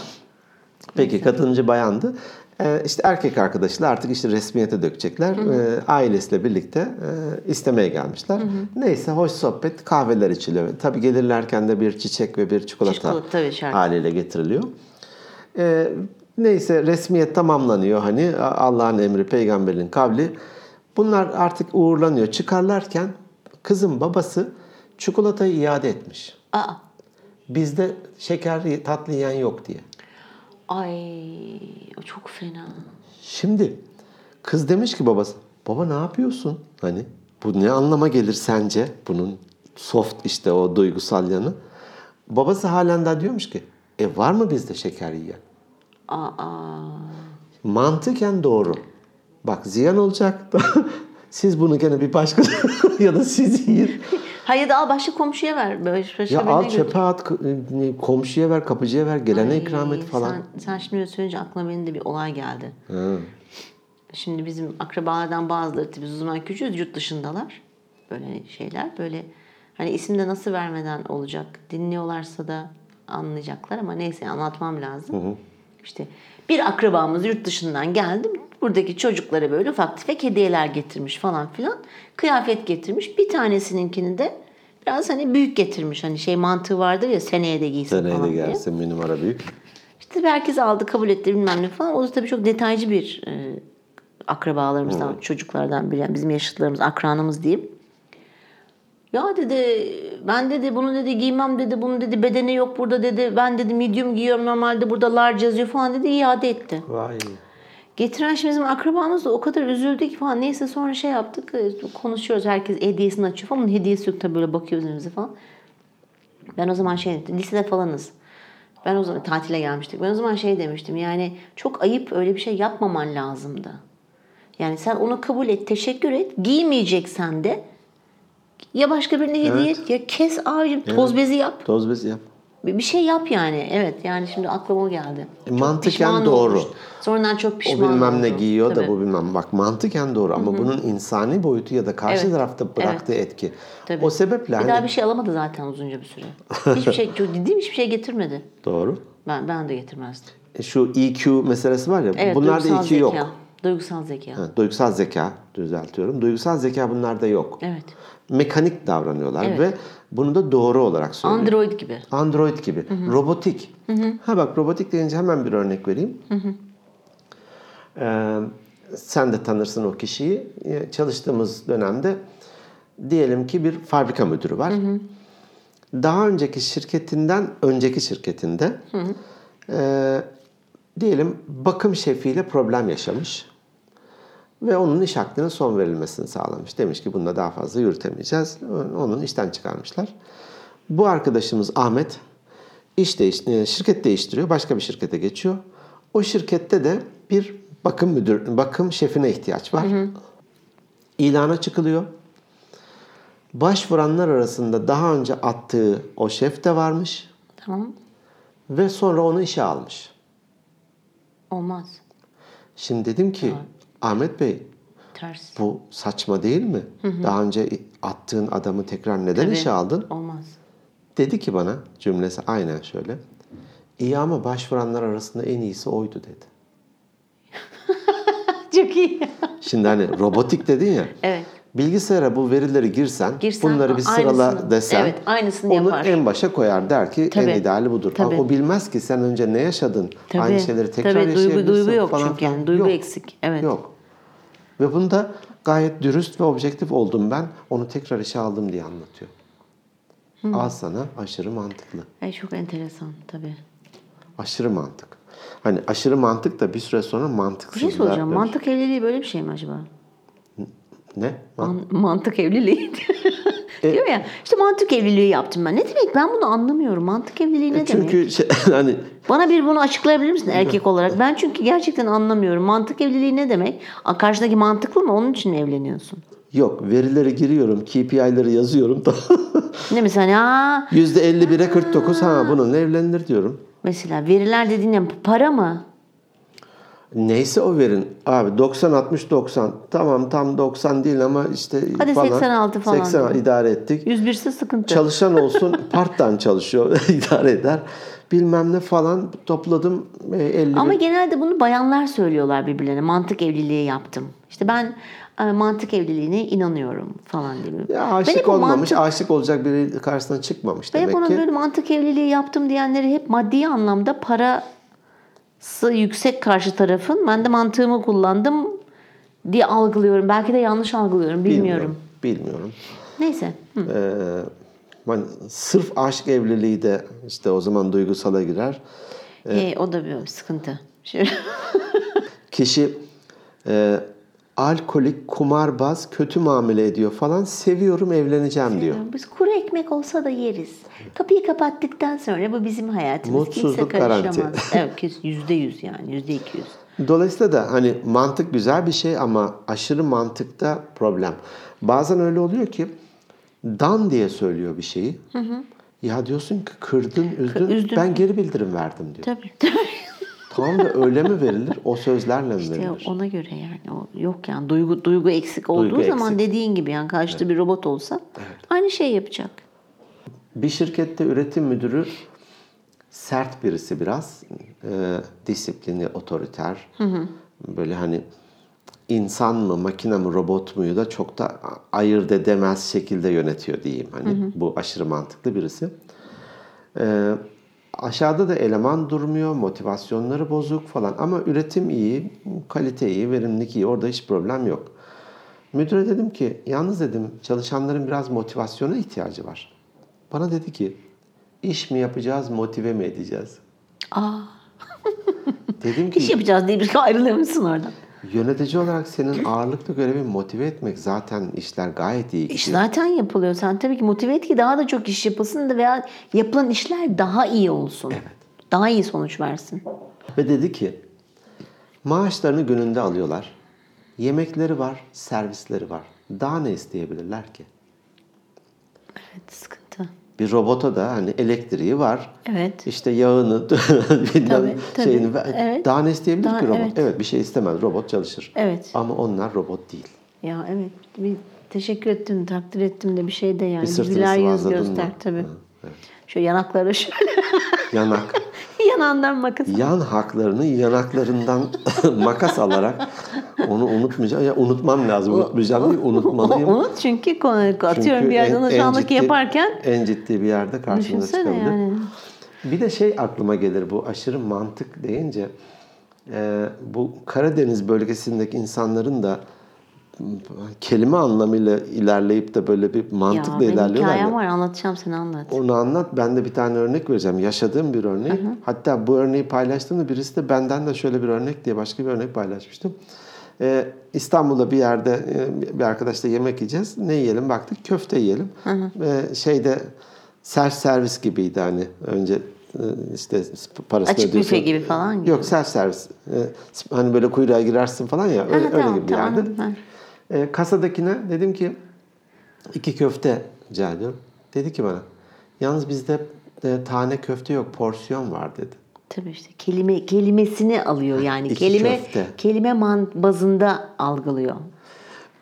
Peki katılımcı bayandı. Ee, işte erkek arkadaşı da artık işte resmiyete dökecekler. Ee, ailesiyle birlikte e, istemeye gelmişler. Neyse hoş sohbet kahveler içiliyor. Tabii gelirlerken de bir çiçek ve bir çikolata,
Çikolata tabii şart.
haliyle getiriliyor. Ee, neyse resmiyet tamamlanıyor hani A- Allah'ın emri peygamberin kavli. Bunlar artık uğurlanıyor. Çıkarlarken kızın babası çikolatayı iade etmiş.
Aa.
Bizde şeker tatlı yiyen yok diye.
Ay o çok fena.
Şimdi kız demiş ki babası, baba ne yapıyorsun? Hani bu ne anlama gelir sence bunun soft işte o duygusal yanı? Babası halen daha diyormuş ki, e var mı bizde şeker yiyen?
Aa.
Mantıken doğru. Bak ziyan olacak. siz bunu gene bir başka ya da siz yiyin.
Hayır da al başka komşuya ver. Böyle başka
Ya
birine
al
götür.
çöpe at, komşuya ver, kapıcıya ver, gelene
Ay,
ikram et falan.
Sen, sen şimdi öyle söyleyince aklıma benim de bir olay geldi. Şimdi bizim akrabalardan bazıları tabii biz o zaman küçüğüz yurt dışındalar. Böyle şeyler böyle hani isim de nasıl vermeden olacak dinliyorlarsa da anlayacaklar ama neyse anlatmam lazım. İşte bir akrabamız yurt dışından geldi. Buradaki çocuklara böyle ufak tefek hediyeler getirmiş falan filan. Kıyafet getirmiş. Bir tanesininkini de biraz hani büyük getirmiş. Hani şey mantığı vardır ya seneye de giysin
Seneye de
falan diye.
gelsin bir numara büyük.
İşte herkes aldı kabul etti bilmem ne falan. O da tabii çok detaycı bir e, akrabalarımızdan, çocuklardan biri. Yani bizim yaşıtlarımız, akranımız diyeyim. Ya dedi ben dedi bunu dedi giymem dedi bunu dedi bedeni yok burada dedi ben dedi medium giyiyorum normalde burada large yazıyor falan dedi iade etti.
Vay.
Getiren şimdi bizim akrabamız da o kadar üzüldü ki falan. Neyse sonra şey yaptık. e, Konuşuyoruz. Herkes hediyesini açıyor falan. Bunun hediyesi yok tabii böyle bakıyoruz önümüze falan. Ben o zaman şey lisede falanız. Ben o zaman tatile gelmiştik. Ben o zaman şey demiştim. Yani çok ayıp öyle bir şey yapmaman lazımdı. Yani sen onu kabul et, teşekkür et. Giymeyeceksen de ya başka birine hediye et ya kes abicim toz bezi yap.
Toz bezi yap.
Bir bir şey yap yani. Evet yani şimdi aklıma o geldi.
E,
Çok
mantıken
pişman
doğru.
olmuştum. Sonradan çok
O
pişman
bilmem ne
oldum.
giyiyor
Tabii.
da bu bilmem. Bak mantıken doğru ama bunun insani boyutu ya da karşı
Evet.
tarafta bıraktığı etki.
Tabii.
O sebeple
Bir daha
hani...
bir şey alamadı zaten uzunca bir süre. Hiçbir şey, çok ciddiyim hiçbir şey getirmedi.
Doğru.
Ben ben de getirmezdim.
E, Şu EQ meselesi var ya
Evet,
bunlarda EQ
duygusal zeka.
yok.
Duygusal zeka.
Ha, Duygusal zeka düzeltiyorum. Duygusal zeka bunlarda yok.
Evet.
Mekanik davranıyorlar
Evet.
ve bunu da doğru olarak söylüyor.
Android gibi.
Android gibi. Robotik. Ha bak robotik deyince hemen bir örnek vereyim. Ee, sen de tanırsın o kişiyi. Ee, Çalıştığımız dönemde diyelim ki bir fabrika müdürü var. Daha önceki şirketinden önceki şirketinde ee, diyelim bakım şefiyle problem yaşamış ve onun iş hakkının son verilmesini sağlamış. Demiş ki bununla daha fazla yürütemeyeceğiz. Onun işten çıkarmışlar. Bu arkadaşımız Ahmet iş değiş e, şirket değiştiriyor, başka bir şirkete geçiyor. O şirkette de bir bakım müdür bakım şefine ihtiyaç var. İlana çıkılıyor. Başvuranlar arasında daha önce attığı o şef de varmış
Tamam.
ve sonra onu işe almış.
Olmaz.
Şimdi dedim ki Ahmet Bey
Ters.
Bu saçma değil mi? Daha önce attığın adamı tekrar neden işe aldın?
Olmaz.
Dedi ki bana cümlesi aynen şöyle. İyi ama başvuranlar arasında en iyisi oydu dedi.
Çok iyi.
Şimdi hani robotik dedin ya.
Evet.
Bilgisayara bu verileri girsen,
Girsen,
bunları bir sırala
aynısını-
desen
evet, aynısını
onu
yapar.
en başa koyar der ki
Tabii.
en ideali budur. Ama
Tabii.
o bilmez ki sen önce ne yaşadın?
Tabii.
Aynı şeyleri tekrar
Tabii, duygu-
yaşayabilirsin
duygu yok
falan
çünkü
filan.
yani, duygu
Yok.
eksik, evet.
Yok. Ve bunda gayet dürüst ve objektif oldum ben. Onu tekrar işe aldım diye anlatıyor. Al sana aşırı mantıklı.
Ay çok enteresan tabii.
Aşırı mantık. Hani aşırı mantık da bir süre sonra
Bir
mantıksız.
şey soracağım. Mantık evliliği böyle bir şey mi acaba?
Ne?
Man- mantık evliliği.
E-
Diyor ya işte mantık evliliği yaptım ben. Ne demek ben bunu anlamıyorum. Mantık evliliği ne demek?
Çünkü şey, hani
Bana bir bunu açıklayabilir misin erkek olarak? Ben çünkü gerçekten anlamıyorum. Mantık evliliği ne demek? A, Karşıdaki mantıklı mı? Onun için mi evleniyorsun?
yok verileri giriyorum, KPI'leri yazıyorum da
Ne mesela? Aa,
%51'e 49 ha bununla evlenilir diyorum.
mesela veriler dediğin ne? para mı?
Neyse o verin. Abi 90 60 90. Tamam tam 90 değil ama işte
Hadi 86 falan
80
diyelim.
idare ettik.
101 ise sıkıntı.
Çalışan olsun part-time çalışıyor idare eder. Bilmem ne falan topladım e, 50
Ama
bin.
genelde bunu bayanlar söylüyorlar birbirlerine. Mantık evliliği yaptım. İşte ben e, mantık evliliğine inanıyorum falan gibi.
Ya
Ben hep
aşık
o
olmamış,
mantık-
aşık olacak biri karşısına çıkmamış
Ben hep
demek
onun
ki.
böyle mantık evliliği yaptım diyenleri hep maddi anlamda parası yüksek karşı tarafın. Ben de mantığımı kullandım diye algılıyorum. Belki de yanlış algılıyorum. Bilmiyorum.
Bilmiyorum.
Neyse. Hı.
Ee, hani sırf aşk evliliği de işte o zaman duygusala girer.
Ee, o da bir sıkıntı. Şöyle-
Kişi e, alkolik, kumarbaz, kötü muamele ediyor falan seviyorum evleneceğim diyor.
Biz kuru ekmek olsa da yeriz. Kapıyı kapattıktan sonra bu bizim hayatımız.
Mutsuzluk
Kimse karışamaz.
garanti.
Evet kes- yüzde yüz yani yüzde iki yüz.
Dolayısıyla da hani mantık güzel bir şey ama aşırı mantıkta problem. Bazen öyle oluyor ki dan diye söylüyor bir şeyi. Ya diyorsun ki kırdın, üzdün.
üzdün.
Ben geri bildirim verdim diyor.
Tabii.
Tamam da öyle mi verilir? O sözlerle mi
İşte
verilir?
ona göre yani o yok yani duygu duygu eksik olduğu
Duygu
zaman
eksik.
dediğin gibi yani karşıda bir robot olsa aynı şey yapacak.
Bir şirkette üretim müdürü sert birisi biraz. Ee, disiplini, otoriter. Böyle hani insan mı, makine mi, robot muyu da çok da ayırt edemez şekilde yönetiyor diyeyim. Hani bu aşırı mantıklı birisi. Ee, aşağıda da eleman durmuyor, motivasyonları bozuk falan ama üretim iyi, kalite iyi, verimlilik iyi. Orada hiç problem yok. Müdüre dedim ki, yalnız dedim çalışanların biraz motivasyona ihtiyacı var. Bana dedi ki, iş mi yapacağız, motive mi edeceğiz?
Aa,
Dedim
iş
ki,
yapacağız diye bir ayrılır mısın oradan?
yönetici olarak senin ağırlıklı görevin motive etmek. Zaten işler gayet iyi
İş
gidiyor.
E zaten yapılıyor. Sen tabii ki motive et ki daha da çok iş yapılsın da veya yapılan işler daha iyi olsun. Daha iyi sonuç versin.
Ve dedi ki, maaşlarını gününde alıyorlar. Yemekleri var, servisleri var. Daha ne isteyebilirler ki?
Evet sıkıntı.
Bir robota da hani elektriği var.
Evet.
İşte yağını, bilmem
tabii.
şeyini. ver-
Evet.
Daha ne isteyebilir
Daha-
ki robot?
evet.
Evet. bir şey istemez. Robot çalışır.
Evet.
Ama onlar robot değil.
Ya evet. Bir teşekkür ettim, takdir ettim de bir şey de yani.
Bir sırtını
Güler yüz
sıvazladın
göster
mı?
tabii.
Hı, evet.
Şöyle yanaklara şöyle
Yanak.
yanağından makas.
Yan haklarını yanaklarından makas alarak onu unutmayacağım. Ya unutmam lazım. Unutmayacağım diye unutmalıyım.
Unut çünkü konu- atıyorum
Çünkü
bir yerden
en- en
aşağıdaki
ciddi-
yaparken
en ciddi bir yerde karşımıza
Düşünsene
çıkabilir.
yani.
Bir de şey aklıma gelir bu aşırı mantık deyince e, bu Karadeniz bölgesindeki insanların da m, kelime anlamıyla ilerleyip de böyle bir
ya
mantıkla
benim
ilerliyorlar.
hikayem
ya.
var anlatacağım sen anlat.
Onu anlat. Ben de bir tane örnek vereceğim. Yaşadığım bir örneği. Hatta bu örneği paylaştığımda birisi de benden de şöyle bir örnek diye başka bir örnek paylaşmıştım. Ee, İstanbul'da bir yerde e, bir arkadaşla yemek yiyeceğiz. Ne yiyelim baktık? Köfte yiyelim. Ee, şeyde self servis gibiydi hani önce e, işte parasını
Açık büfe
ödüyorsun.
gibi şey falan gibi.
Yok self servis. hani böyle kuyruğa girersin falan ya. Öyle, öyle
tamam,
gibi bir
tamam,
yerde.
ha.
E, kasadakine dedim ki iki köfte rica ediyorum. Dedi ki bana yalnız bizde e, tane köfte yok porsiyon var dedi.
Tabii işte kelime kelimesini alıyor yani
İki
kelime
köfte.
kelime man bazında algılıyor.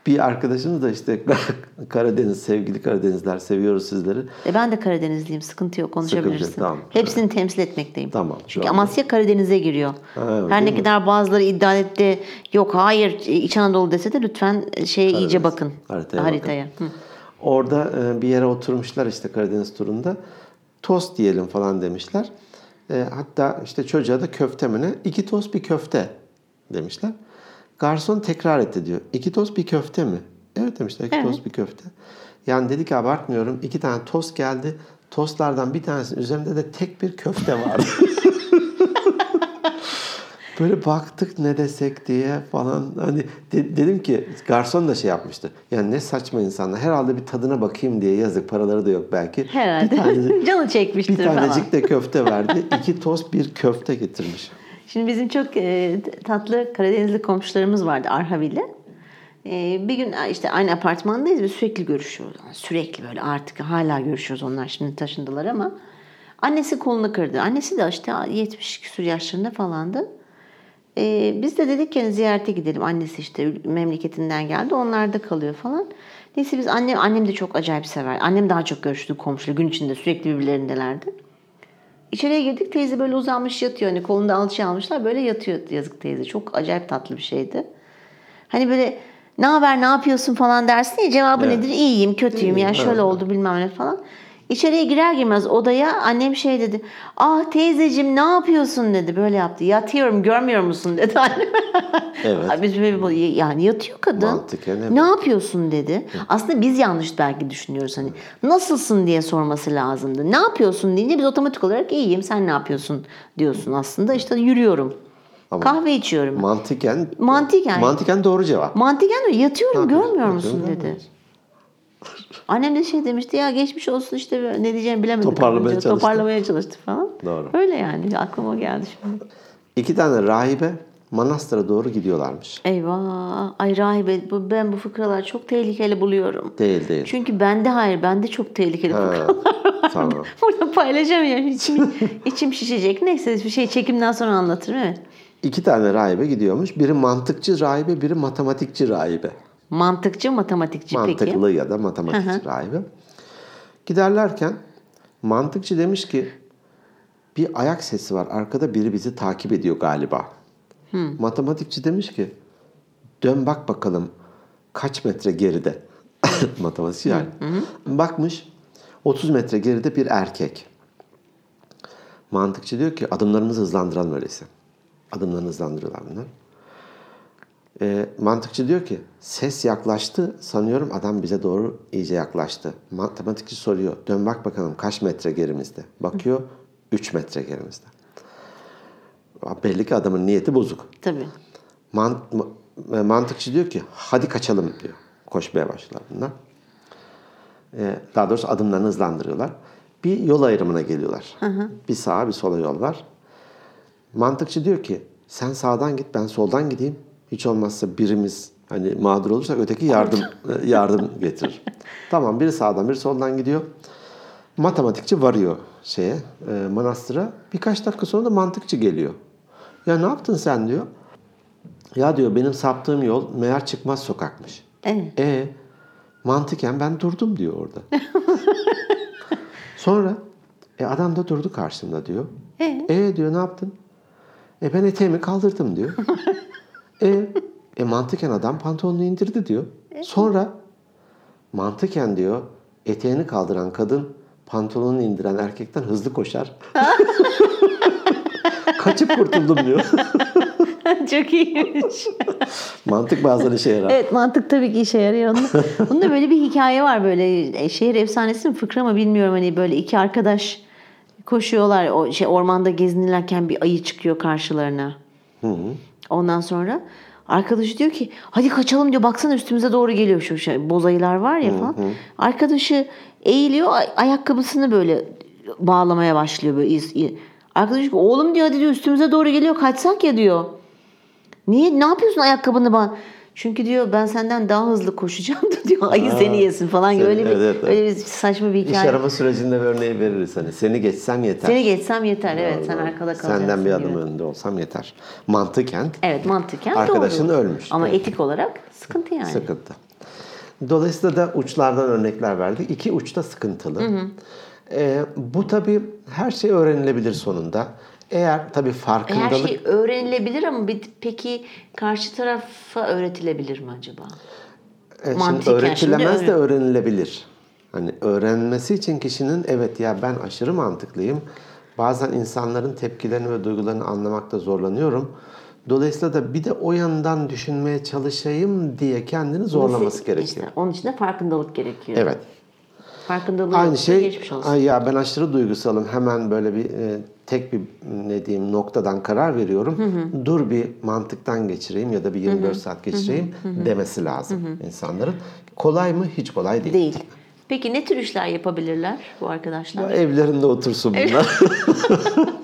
Bir arkadaşımız da işte Karadeniz, sevgili Karadenizler seviyoruz sizleri.
E ben de Karadenizliyim. Sıkıntı yok. Konuşabilirsin.
Sıkıntı yok, tamam.
Hepsini temsil etmekteyim.
Tamam, şu
Çünkü
anda.
Amasya Karadeniz'e giriyor.
evet,
Her ne
değil mi?
kadar bazıları iddia etti yok hayır İç Anadolu dese de lütfen şeye iyice bakın.
Haritaya
Haritaya. Hı.
Orada e, bir yere oturmuşlar işte Karadeniz turunda. Tost diyelim falan demişler. E, hatta işte çocuğa da köfte mi ne? İki tost bir köfte demişler. Garson tekrar etti diyor. İki tost bir köfte mi? Evet demişler. İki
Evet.
tost bir köfte. Yani dedik abartmıyorum. iki tane tost geldi. Tostlardan bir tanesinin üzerinde de tek bir köfte vardı. Böyle baktık ne desek diye falan. Hani de- dedim ki garson da şey yapmıştı. Yani ne saçma insanlar. Herhalde bir tadına bakayım diye yazık. Paraları da yok belki. Bir,
Herhalde.
tane,
Canı
bir
çekmiştir falan.
tanecik de köfte verdi. İki tost bir köfte getirmiş.
Şimdi bizim çok e, tatlı Karadenizli komşularımız vardı Arhavil'de. E, bir gün e, işte aynı apartmandayız ve sürekli görüşüyoruz. Yani Sürekli böyle artık hala görüşüyoruz onlar şimdi taşındılar ama. Annesi kolunu kırdı. Annesi de işte 70 küsur yaşlarında falandı. E, biz de dedik ki hani ziyarete gidelim. Annesi işte ül- memleketinden geldi. Onlar da kalıyor falan. Neyse biz annem, annem de çok acayip sever. Annem daha çok görüştü komşulu gün içinde sürekli birbirlerindelerdi. İçeriye girdik teyze böyle uzanmış yatıyor. Hani kolunda alçı almışlar böyle yatıyor yazık teyze. Çok acayip tatlı bir şeydi. Hani böyle ne haber ne yapıyorsun falan dersin ya cevabı
Evet.
nedir? İyiyim kötüyüm ya
İyiyim,
şöyle
evet.
oldu bilmem ne falan. İçeriye girer girmez odaya annem şey dedi. Ah teyzeciğim ne yapıyorsun dedi böyle yaptı. Yatıyorum görmüyor musun dedi annem.
Evet.
Ay, Biz böyle, böyle- yani yatıyor kadın.
Mantıken evet.
ne yapıyorsun dedi. Aslında biz yanlış belki düşünüyoruz hani. Nasılsın diye sorması lazımdı. Ne yapıyorsun deyince biz otomatik olarak iyiyim sen ne yapıyorsun diyorsun aslında. İşte yürüyorum.
Ama-
Kahve içiyorum.
Mantıken,
Mantıken.
mantıken doğru cevap.
Mantıken öyle yatıyorum görmüyor
Mantıken
musun dedi.
görmüyoruz.
Annem de şey demişti ya geçmiş olsun işte ne diyeceğimi bilemedim.
Toparlamaya
Kadınca
çalıştı.
Toparlamaya çalıştı falan.
Doğru.
Öyle yani aklıma geldi şimdi.
İki tane rahibe manastıra doğru gidiyorlarmış.
Eyvah. Ay rahibe bu, ben bu fıkralar çok tehlikeli buluyorum.
Değil değil.
Çünkü bende hayır bende çok tehlikeli
Ha,
fıkralar.
tamam.
Burada paylaşamıyorum. İçim, içim şişecek. Neyse bir şey çekimden sonra anlatırım evet.
İki tane rahibe gidiyormuş. Biri mantıkçı rahibe, biri matematikçi rahibe.
Mantıkçı matematikçi peki.
Mantıklı ya da matematikçi rahibi. Giderlerken mantıkçı demiş ki bir ayak sesi var. Arkada biri bizi takip ediyor galiba. Matematikçi demiş ki dön bak bakalım kaç metre geride. Matematikçi yani. Bakmış 30 metre geride bir erkek. Mantıkçı diyor ki adımlarımızı hızlandıralım öyleyse. Adımlarını hızlandırıyorlar bunlar. E, mantıkçı diyor ki ses yaklaştı sanıyorum adam bize doğru iyice yaklaştı. Matematikçi soruyor dön bak bakalım kaç metre gerimizde. Bakıyor 3 metre gerimizde. Ya Belli ki adamın niyeti bozuk.
Tabii.
Man- ma- e, mantıkçı diyor ki hadi kaçalım diyor. Koşmaya başladılar bunlar. E, daha doğrusu adımlarını hızlandırıyorlar. Bir yol ayrımına geliyorlar. Bir sağa bir sola yol var. Mantıkçı diyor ki sen sağdan git ben soldan gideyim. Hiç olmazsa birimiz hani mağdur olursak öteki yardım e, yardım getirir. tamam biri sağdan biri soldan gidiyor. Matematikçi varıyor şeye e, manastıra. Birkaç dakika sonra da mantıkçı geliyor. Ya ne yaptın sen diyor. Ya diyor benim saptığım yol meğer çıkmaz sokakmış.
Evet.
E mantıken ben durdum diyor orada. Sonra e adam da durdu karşımda diyor.
E?
diyor ne yaptın? E ben eteğimi kaldırdım diyor. e, e mantıken adam pantolonunu indirdi diyor.
E?
Sonra mantıken diyor eteğini kaldıran kadın pantolonunu indiren erkekten hızlı koşar. Kaçıp kurtuldum diyor.
çok iyiymiş.
Mantık bazen işe yarar.
Evet mantık tabii ki işe yarıyor. Onun- Bunda böyle bir hikaye var böyle e, şehir efsanesi mi fıkra mı bilmiyorum hani böyle iki arkadaş koşuyorlar o şey ormanda gezinirlerken bir ayı çıkıyor karşılarına. Ondan sonra arkadaşı diyor ki hadi kaçalım diyor baksana üstümüze doğru geliyor şu şey boz ayılar var ya falan. Arkadaşı eğiliyor ay- ayakkabısını böyle bağlamaya başlıyor böyle. iz- iz- Arkadaşı diyor ki oğlum diyor hadi diyor üstümüze doğru geliyor kaçsak ya diyor. Niye? Ne yapıyorsun ayakkabını bana? Çünkü diyor ben senden daha hızlı koşacağım da diyor. Ayı
Ha,
seni yesin falan gibi
seni-
öyle bir,
evet, evet.
öyle bir saçma bir
İş
hikaye.
arama sürecinde bir örneği veririz hani. Seni geçsem yeter.
Seni geçsem yeter. Evet sen
Doğru.
arkada kalacaksın.
Senden bir adım
gibi.
önde olsam yeter. Mantıken
Evet mantıken
Arkadaşın
doğru.
ölmüş.
Ama
Evet.
etik olarak sıkıntı yani.
sıkıntı. Dolayısıyla da uçlardan örnekler verdik. İki uçta sıkıntılı. Ee, bu tabii her şey öğrenilebilir sonunda. Eğer tabii
Her
farkındalık...
şey öğrenilebilir ama bir, peki karşı tarafa öğretilebilir mi acaba?
Evet,
Mantıken
E, şimdi
şimdi
öğretilemez
öyle.
de öğrenilebilir. Hani öğrenmesi için kişinin evet ya ben aşırı mantıklıyım. Bazen insanların tepkilerini ve duygularını anlamakta zorlanıyorum. Dolayısıyla da bir de o yandan düşünmeye çalışayım diye kendini zorlaması
Nasıl-
gerekiyor.
işte onun için de farkındalık gerekiyor.
Evet.
Farkındalığı
Aynı şey
geçmiş olsun.
"Ay ya ben aşırı duygusalım. Hemen böyle bir e, tek bir ne diyeyim noktadan karar veriyorum. Dur bir mantıktan geçireyim ya da bir 24 saat geçireyim demesi lazım insanların. Kolay mı? Hiç kolay değil.
Değil. Peki ne tür işler yapabilirler bu arkadaşlar?
Evlerinde otursun bunlar.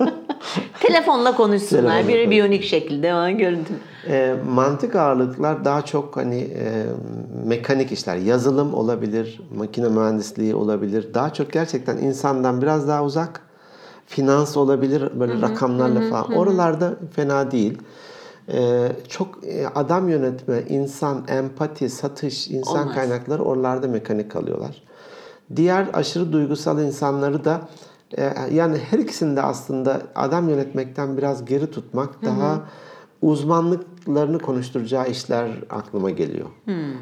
Telefonla konuşsunlar.
Telefonla
Biri biyonik şekilde falan görüntü.
E, mantık ağırlıklar daha çok hani e, mekanik işler. Yazılım olabilir, makine mühendisliği olabilir. Daha çok gerçekten insandan biraz daha uzak. Finans olabilir böyle rakamlarla falan. Oralarda fena değil. E, çok e, adam yönetme, insan, empati, satış, insan
Olmaz.
kaynakları oralarda mekanik kalıyorlar. Diğer aşırı duygusal insanları da e, yani her ikisini de aslında adam yönetmekten biraz geri tutmak daha uzmanlıklarını konuşturacağı işler aklıma geliyor.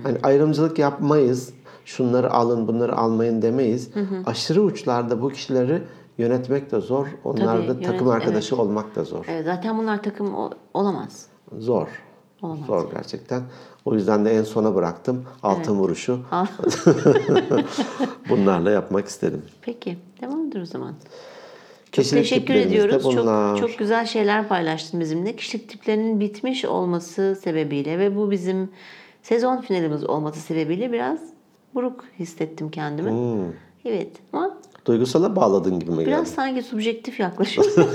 Hani ayrımcılık yapmayız. Şunları alın, bunları almayın demeyiz. Aşırı uçlarda bu kişileri yönetmek de zor. Onlarda
yönet-
takım arkadaşı olmak da zor.
Evet, zaten bunlar takım o- olamaz.
Zor. Zor gerçekten. O yüzden de en sona bıraktım. Altın vuruşu.
Al.
Bunlarla yapmak istedim.
Peki devam ediyoruz o zaman.
Kişilik
Teşekkür
tiplerimiz de
ediyoruz.
bunlar.
Çok çok güzel şeyler paylaştın bizimle. Kişilik tiplerinin bitmiş olması sebebiyle ve bu bizim sezon finalimiz olması sebebiyle biraz buruk hissettim kendimi. Evet ama
Duygusala bağladın gibi mi
biraz
geldi?
sanki subjektif yaklaşıyorum.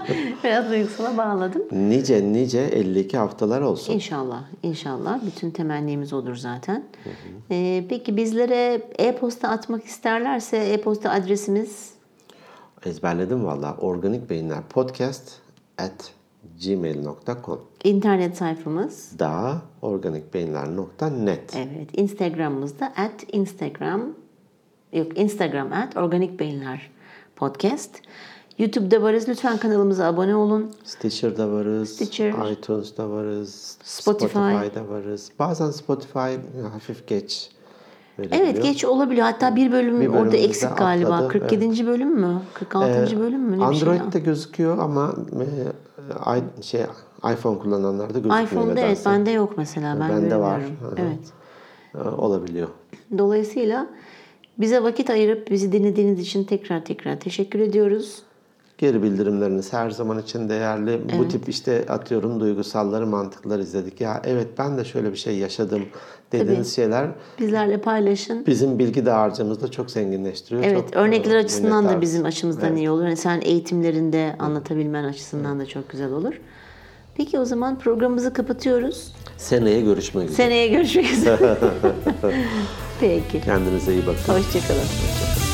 biraz duygusala bağladım.
Nice nice 52 haftalar olsun.
İnşallah, inşallah. Bütün temennimiz odur zaten. Ee, peki bizlere e-posta atmak isterlerse e-posta adresimiz
Ezberledim valla. Organik Beyinler Podcast at gmail.com
internet sayfamız.
daha organikbeyinler.net
Evet, Instagram'ımızda at Instagram yok Instagram at Organik Beyinler Podcast. YouTube'da varız. Lütfen kanalımıza abone olun.
Stitcher'da varız.
Stitcher.
iTunes'da varız.
Spotify.
Spotify'da varız. Bazen Spotify hafif geç veriliyor.
Evet geç olabiliyor. Hatta bir bölüm
Bir
orada
bölümümüzde
eksik galiba.
atladı, Ee,
47. bölüm mü? 46. bölüm mü? Ne bir şey ya?
Android'de gözüküyor ama e, i- şey iPhone kullananlarda gözükmüyor.
iPhone'da evet
nedense.
bende yok mesela. Ben
Bende var.
göremiyorum.
Hı hı.
Evet.
E, Olabiliyor.
Dolayısıyla bize vakit ayırıp bizi dinlediğiniz için tekrar tekrar teşekkür ediyoruz.
Geri bildirimleriniz her zaman için değerli. Bu tip işte atıyorum duygusalları, mantıkları izledik. Ya evet ben de şöyle bir şey yaşadım dediğiniz şeyler
Bizlerle paylaşın.
bizim bilgi dağarcığımızda çok zenginleştiriyor.
Evet,
çok,
örnekler
e,
açısından da
minnettarız.
bizim açımızdan iyi olur. Yani sen eğitimlerinde anlatabilmen açısından da çok güzel olur. Peki o zaman programımızı kapatıyoruz.
Seneye görüşmek üzere.
Seneye görüşmek üzere. Peki.
Kendinize iyi bakın.
Hoşçakalın.